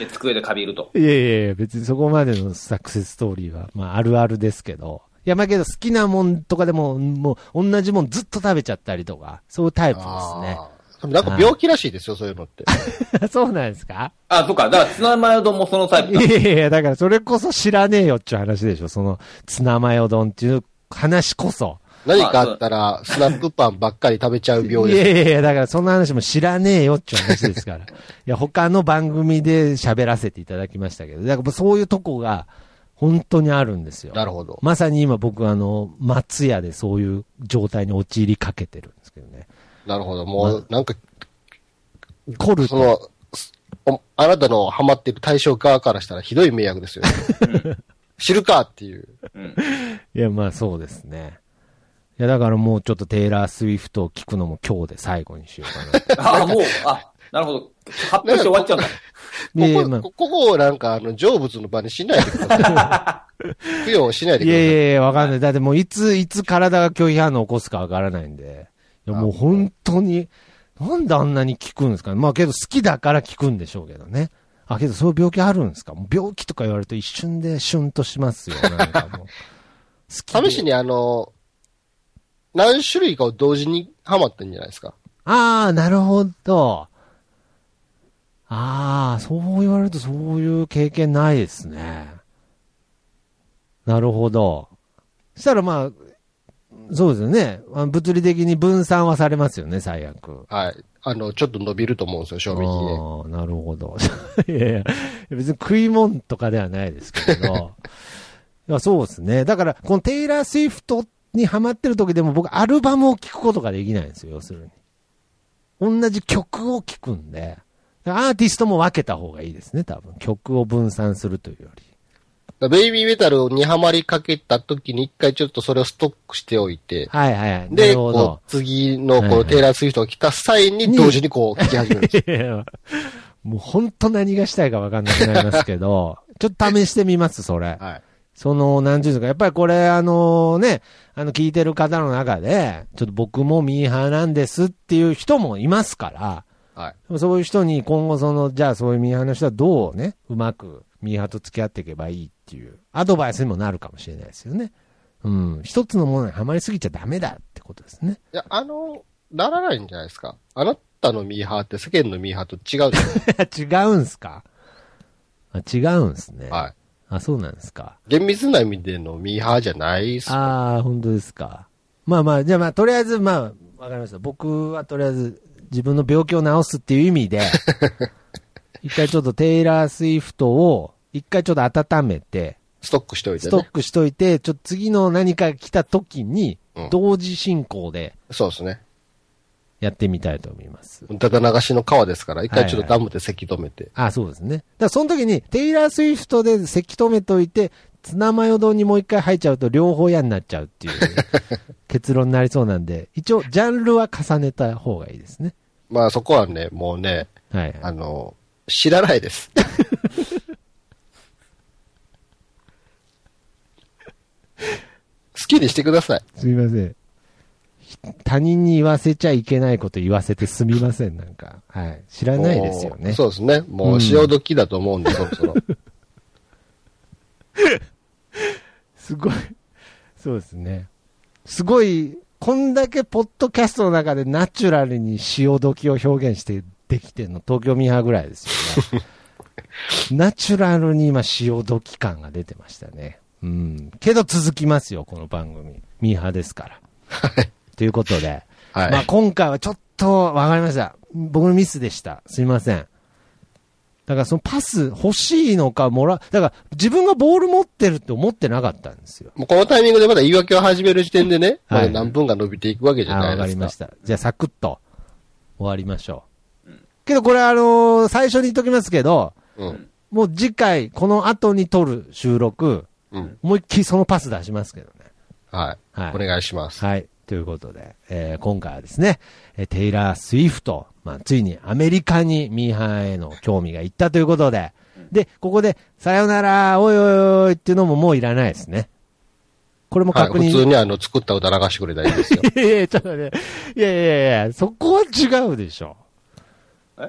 で、机でカビると。
いやいやいや、別にそこまでのサクセスストーリーは、まああるあるですけど。いや、まあけど好きなもんとかでも、もう同じもんずっと食べちゃったりとか、そういうタイプですね
あーなんか病気らしいですよ、そういう のって。。
そうなんですか
あ、そっか。だから、ツナマヨ丼もそのタイプ
い
だ
や。いやいや、だからそれこそ知らねえよっていう話でしょ。その、ツナマヨ丼っていう話こそ。
何かあったら、スナックパンばっかり食べちゃう 病
い
で
や
す。
いやいや、だからそんな話も知らねえよって話です から。いや、他の番組で喋らせていただきましたけど、だからそういうとこが本当にあるんですよ。
なるほど。
まさに今僕あの、松屋でそういう状態に陥りかけてるんですけどね。
なるほど。もう、なんか、
コル
その、おあなたのハマってる対象側からしたらひどい迷惑ですよね。 知るかっていう。
うん。
いや、まあそうですね。いや、だからもうちょっとテイラー・スウィフトを聞くのも今日で最後にしよう かな。
あ、もう、あ、なるほど。発表して終わっちゃうんだ。
こ
いや
こ、
まあ
こここをなんか、あの、成仏の場にしないでくださ い。供養しないで
い
くだ
や
さい。
いやいや、わかんない。だってもういつ、いつ体が拒否反応を起こすかわからないんで。いやもう本当に、なんであんなに効くんですかね。まあけど好きだから効くんでしょうけどね。あ、けどそういう病気あるんですかもう病気とか言われると一瞬でシュンとしますよ。なんか もう。好きで
試しにあの、何種類かを同時にハマってんじゃないですか。
ああ、なるほど。ああ、そう言われるとそういう経験ないですね。なるほど。したらまあ、そうですよね。あ物理的に分散はされますよね、最悪。
はい。あの、ちょっと伸びると思うんですよ、
ああ
賞味期限。
ー、なるほど。 いやいや、別に食い物とかではないですけど。 いやそうですね。だから、このテイラー・スウィフトにハマってる時でも僕、アルバムを聴くことができないんですよ、要するに。同じ曲を聴くんで。アーティストも分けた方がいいですね、多分。曲を分散するというより。
だからベイビーメタルにハマりかけた時に一回ちょっとそれをストックしておいて、
はいはいはい。な
で、
るほ
こ
ど。
う、次
はい
のこ
は
の
い
テイラー・スウィフトが来た際に同時にこう、聞き始めるんです よ。
いやもう本当何がしたいか分かんなくなりますけど、ちょっと試してみます、それ。
はい。
その、なんていうんですか、やっぱりこれ、あのね、あの、聞いてる方の中で、ちょっと僕もミーハーなんですっていう人もいますから、
はい。
そういう人に今後その、じゃあそういうミーハーの人はどうね、うまくミーハーと付き合っていけばいいっていう、アドバイスにもなるかもしれないですよね。うん。一つのものにはまりすぎちゃダメだってことですね。
いや、あの、ならないんじゃないですか。あなたのミーハーって世間のミーハーと違うじゃないです
違うんすかあ違うんすね。
か。はい。
あ、そうなんですか。
厳密な意味でのミーハーじゃないっす。
ああ、本当ですか。まあまあ、じゃあまあ、とりあえず、まあ、わかりました。僕はとりあえず、自分の病気を治すっていう意味 で、一回ちょっとテイラー・スウィフトを、一回ちょっと温めて、
ストックしといて
ストッ
ね。
クしといて、ちょっと次の何か来た時に
うん、
同時進行で
そうですね。
やってみたいと思います。
だだ流しの川ですから、一回ちょっと
は
ダムでせき止めて。
あ、そうですね。だからその時に、テイラー・スウィフトでせき止めといて、ツナマヨ丼にもう一回入っちゃうと両方嫌になっちゃうっていう 結論になりそうなんで、一応、ジャンルは重ねた方がいいですね。
まあそこはね、もうね、
はい、は
あ
い。
の、知らないです。好きにしてください。
すみません。他人に言わせちゃいけないこと言わせてすみません、なんか。はい。知らないですよ
もう
ね。
そうですね。もう潮時だと思うんで、そろそろ。
すごい。そうですね。すごい、こんだけポッドキャストの中でナチュラルに潮時を表現してできてるの、東京ミーハーぐらいですよ ね。ナチュラルに今潮時感が出てましたね。うん。けど続きますよ、この番組。ミーハーですから。ということで。
はい。
まあ今回はちょっとわかりました。僕のミスでした。すみません。だからそのパス欲しいのかもら、だから自分がボール持ってるって思ってなかったんですよ。
もうこのタイミングでまだ言い訳を始める時点でね、ま
はい
だ何分が伸びていくわけじゃ
あ
な
わ
い
か
で
り
す
ま
か
し。た。じゃあサクッと終わりましょう。けどこれあのー最初に言っときますけど、
うん。
もう次回この後に撮る収録、
うん。
思いっきりそのパス出しますけどね。
はい。
はい
お願いします。
はい。ということで、えー今回はですね、えーテイラー・スウィフト、まあ、ついにアメリカにミーハーへの興味がいったということで、で、ここで、さよなら、おいおいおいっていうのももういらないですね。これも
はい。
確
普
認。
通にあの、作った歌流してくれたらいいです よ。
いやいや、ちょっとね。いやいやいや、そこは違うでしょ。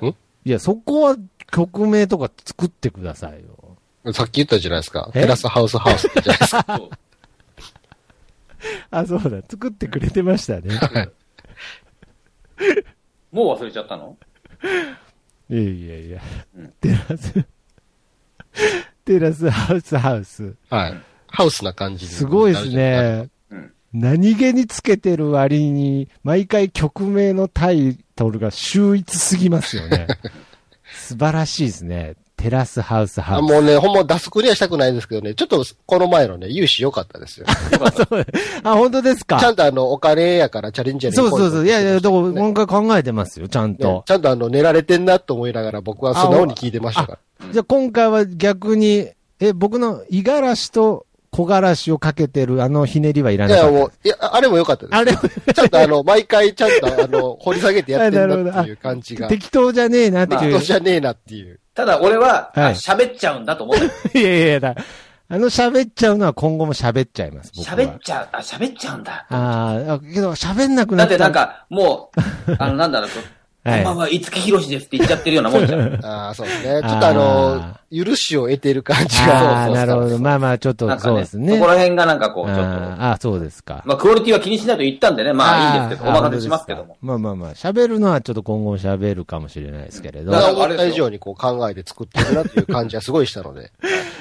え
いや、そこは曲名とか作ってくださいよ。
さっき言ったじゃないですか。
え
テラスハウスハウスってじゃない ですか。
そう
あ、そうだ、作ってくれてましたね。
もう忘れちゃったの
いやいやいや
うん、
テラス、テラスハウスハウス。
はい。ハウスな感じに
すごいです。ね。
うん。
何気につけてる割に、毎回曲名のタイトルが秀逸すぎますよ ね。素晴らしいですね。テラスハウスハ
あ
ウス。
もうね、ほんま出すクリアしたくないんですけどね、ちょっとこの前のね、融資良かったですよ。ち
あ、本当ですか
ゃんとあの、お金やからチャレンジャーに
そうそうそう。いやいや、どこ、
ね
今回考えてますよ、ちゃん
ね
と。
ちゃんとあの、寝られてんなと思いながら僕は素直に聞いてましたから。
じゃあ今回は逆に、え、僕の五十嵐と小枯らしをかけてるあのひねりはいら
い
な
や、
い。
もう、いや、あれも良かったです。
あれ
ちゃんとあの、毎回ちゃんとあの、掘り下げてやってんだっていう感じが。適
適当じゃねえなっていう
当。じゃねえなっていう。
ただ俺は、あ
はい
喋っちゃうんだと思っ て
いやいやいや、だあの喋っちゃうのは今後も喋っちゃいます、僕は。
喋っちゃう、あ、喋っちゃうんだ。
あーあ、けど喋んなく
だ
な
っ
ってた。
なんか、も う、あの、なんだろう、こう
は
こ
い
んばんは、五木ひろしですって言っちゃってるようなもんじゃん。
ああ、そうですね。ちょっとあ
あ
の、許しを得ている感じ
あ
が。
あ、
そうそ
な
うそう
るほど。まあまあ、ちょっ
な
と
んか
そう
ね、
です
そ
ね。
こら辺がなんかこう、ちょっと、
あーあー、そうですか。
まあ、クオリティは気にしないと言ったんでね、まあいいんですけど、お
ー
任せしますけども。。
あー本当ですかまあまあまあ、喋るのはちょっと今後も喋るかもしれないですけれど
う。ん
だから思った以上にこう考えて作ってるなっていう感じはすごいしたの で。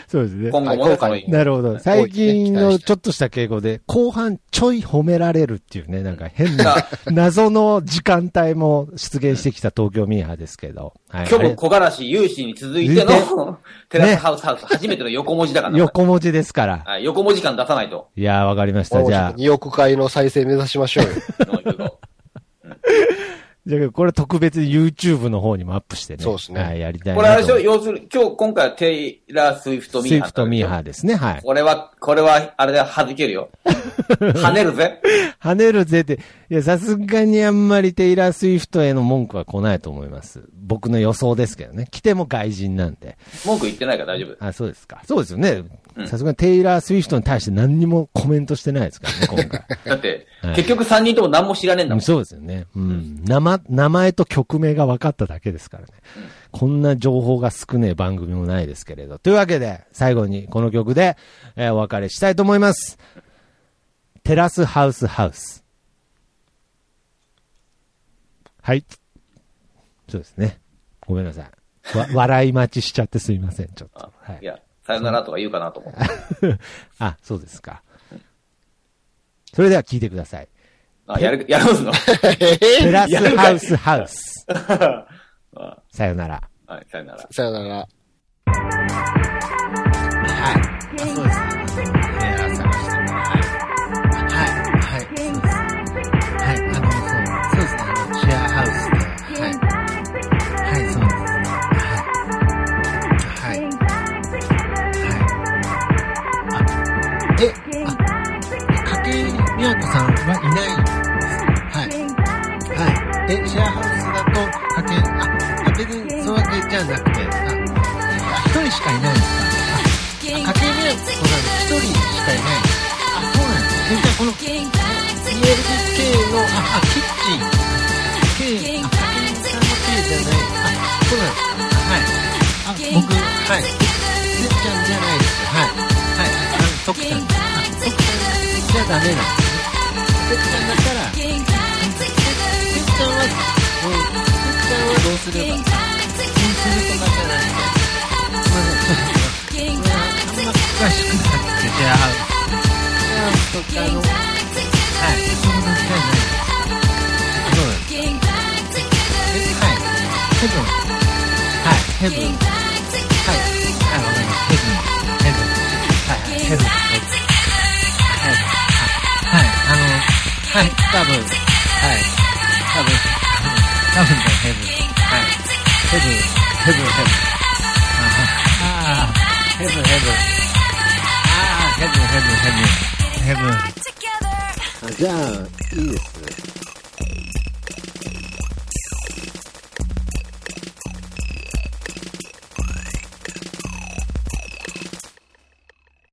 そうですね
今後も
は
ね、
い
そのい
なるほど。最近のちょっとした傾向で、後半ちょい褒められるっていうね、なんか変な
さ
謎の時間帯も出現してきた東京ミーハーですけど。はい
今日も小柄し、有志に続いての、テラスハウスハウス、初めての横文字だからな。
横文字ですから。
はい横文字感出さないと。
いやー、わかりまし
も
た。
う
じ
ちょ
ゃ
っ
あ
と、2億回の再生目指しまし ょうよ。
じゃあこれ特別に YouTube の方にもアップしてね。
そうですね
はい、やりたいなと
これあれでしょ要するに、今日、今回はテイラー・スウィフト・ミ
ス
ー
イ
ハン
フトミーハ
ー。
ーですね。はい。
これは、これは、あれで弾けるよ。跳ねるぜ。
跳ねるぜって、いや、さすがにあんまりテイラー・スウィフトへの文句は来ないと思います。僕の予想ですけどね。来ても外人なんで。
文句言ってないから大丈夫。
あ、そうですか。そうですよね
う。ん
さすがにテイラー・スウィフトに対して何にもコメントしてないですからね、今回。
だって
は、い
結局3人とも何も知らねえんだもん。
そうですよね。うん。名前、名前と曲名が分かっただけですからね。こんな情報が少ねえ番組もないですけれど。というわけで、最後にこの曲で、えーお別れしたいと思います。テラスハウスハウス。はい。そうですね。ごめんなさい。わ、笑い待ちしちゃってすいません、ちょっと。
あ
はい
い。や、さよならとか言うかなと思って。
あ、そうですか。それでは聞いてください。
あ、やる、やるんすの
テラス
やるかい
ハウスハウス。
あ
さよなら。
はい、さよなら。
さよなら。
はい、あの、そう、そうですね、あの、シェアハウスで、はい。はい、そうですね、はい。はい。はい。あ、え、あ、筧美和子さんはいないんですね。はい。はい。え、シェアハウスだと、筧、あ、あ、別にそういうわけじゃなくて、あ、あ一人しかいないんですかあ、筧美和子さん一人しかいない。あ、そうなんですね。じゃあ、この、あ、そうなんですね。ELK の、あ、あ、キッチン。K、あ、筧さんの K じゃない。あ、そうなんですか。はい。あ、僕、はい。ずっちゃんじゃないです。はい。はい。あの、徳ちゃん。あ、徳ちゃんじゃダメなんですね。徳ちゃんだったら、うん徳ちゃんは、うん徳ちゃんはどうすれば、どうするとかじゃなくて、すいません、ちょっと。あんま詳しくなくて、シェアハウス。シェアハウスとかの、シェアハウスとかの、あ、そうなんですね。はい、その時間ないです。あ、そうなんですか。え、はい。ヘブン。はい、ヘブン。はい、はい、わかります。ヘブン。ヘブン。はい、はい、ヘブン。ヘブン。はい、はい、あの、はい、多分、はい、多分、多分だよ、ヘブン。はい。ヘブン、ヘブン、ヘブン。ああ。ヘブンヘブン。ああ、ヘブンヘブンヘブン。ヘブン。
じゃあ、いいですね。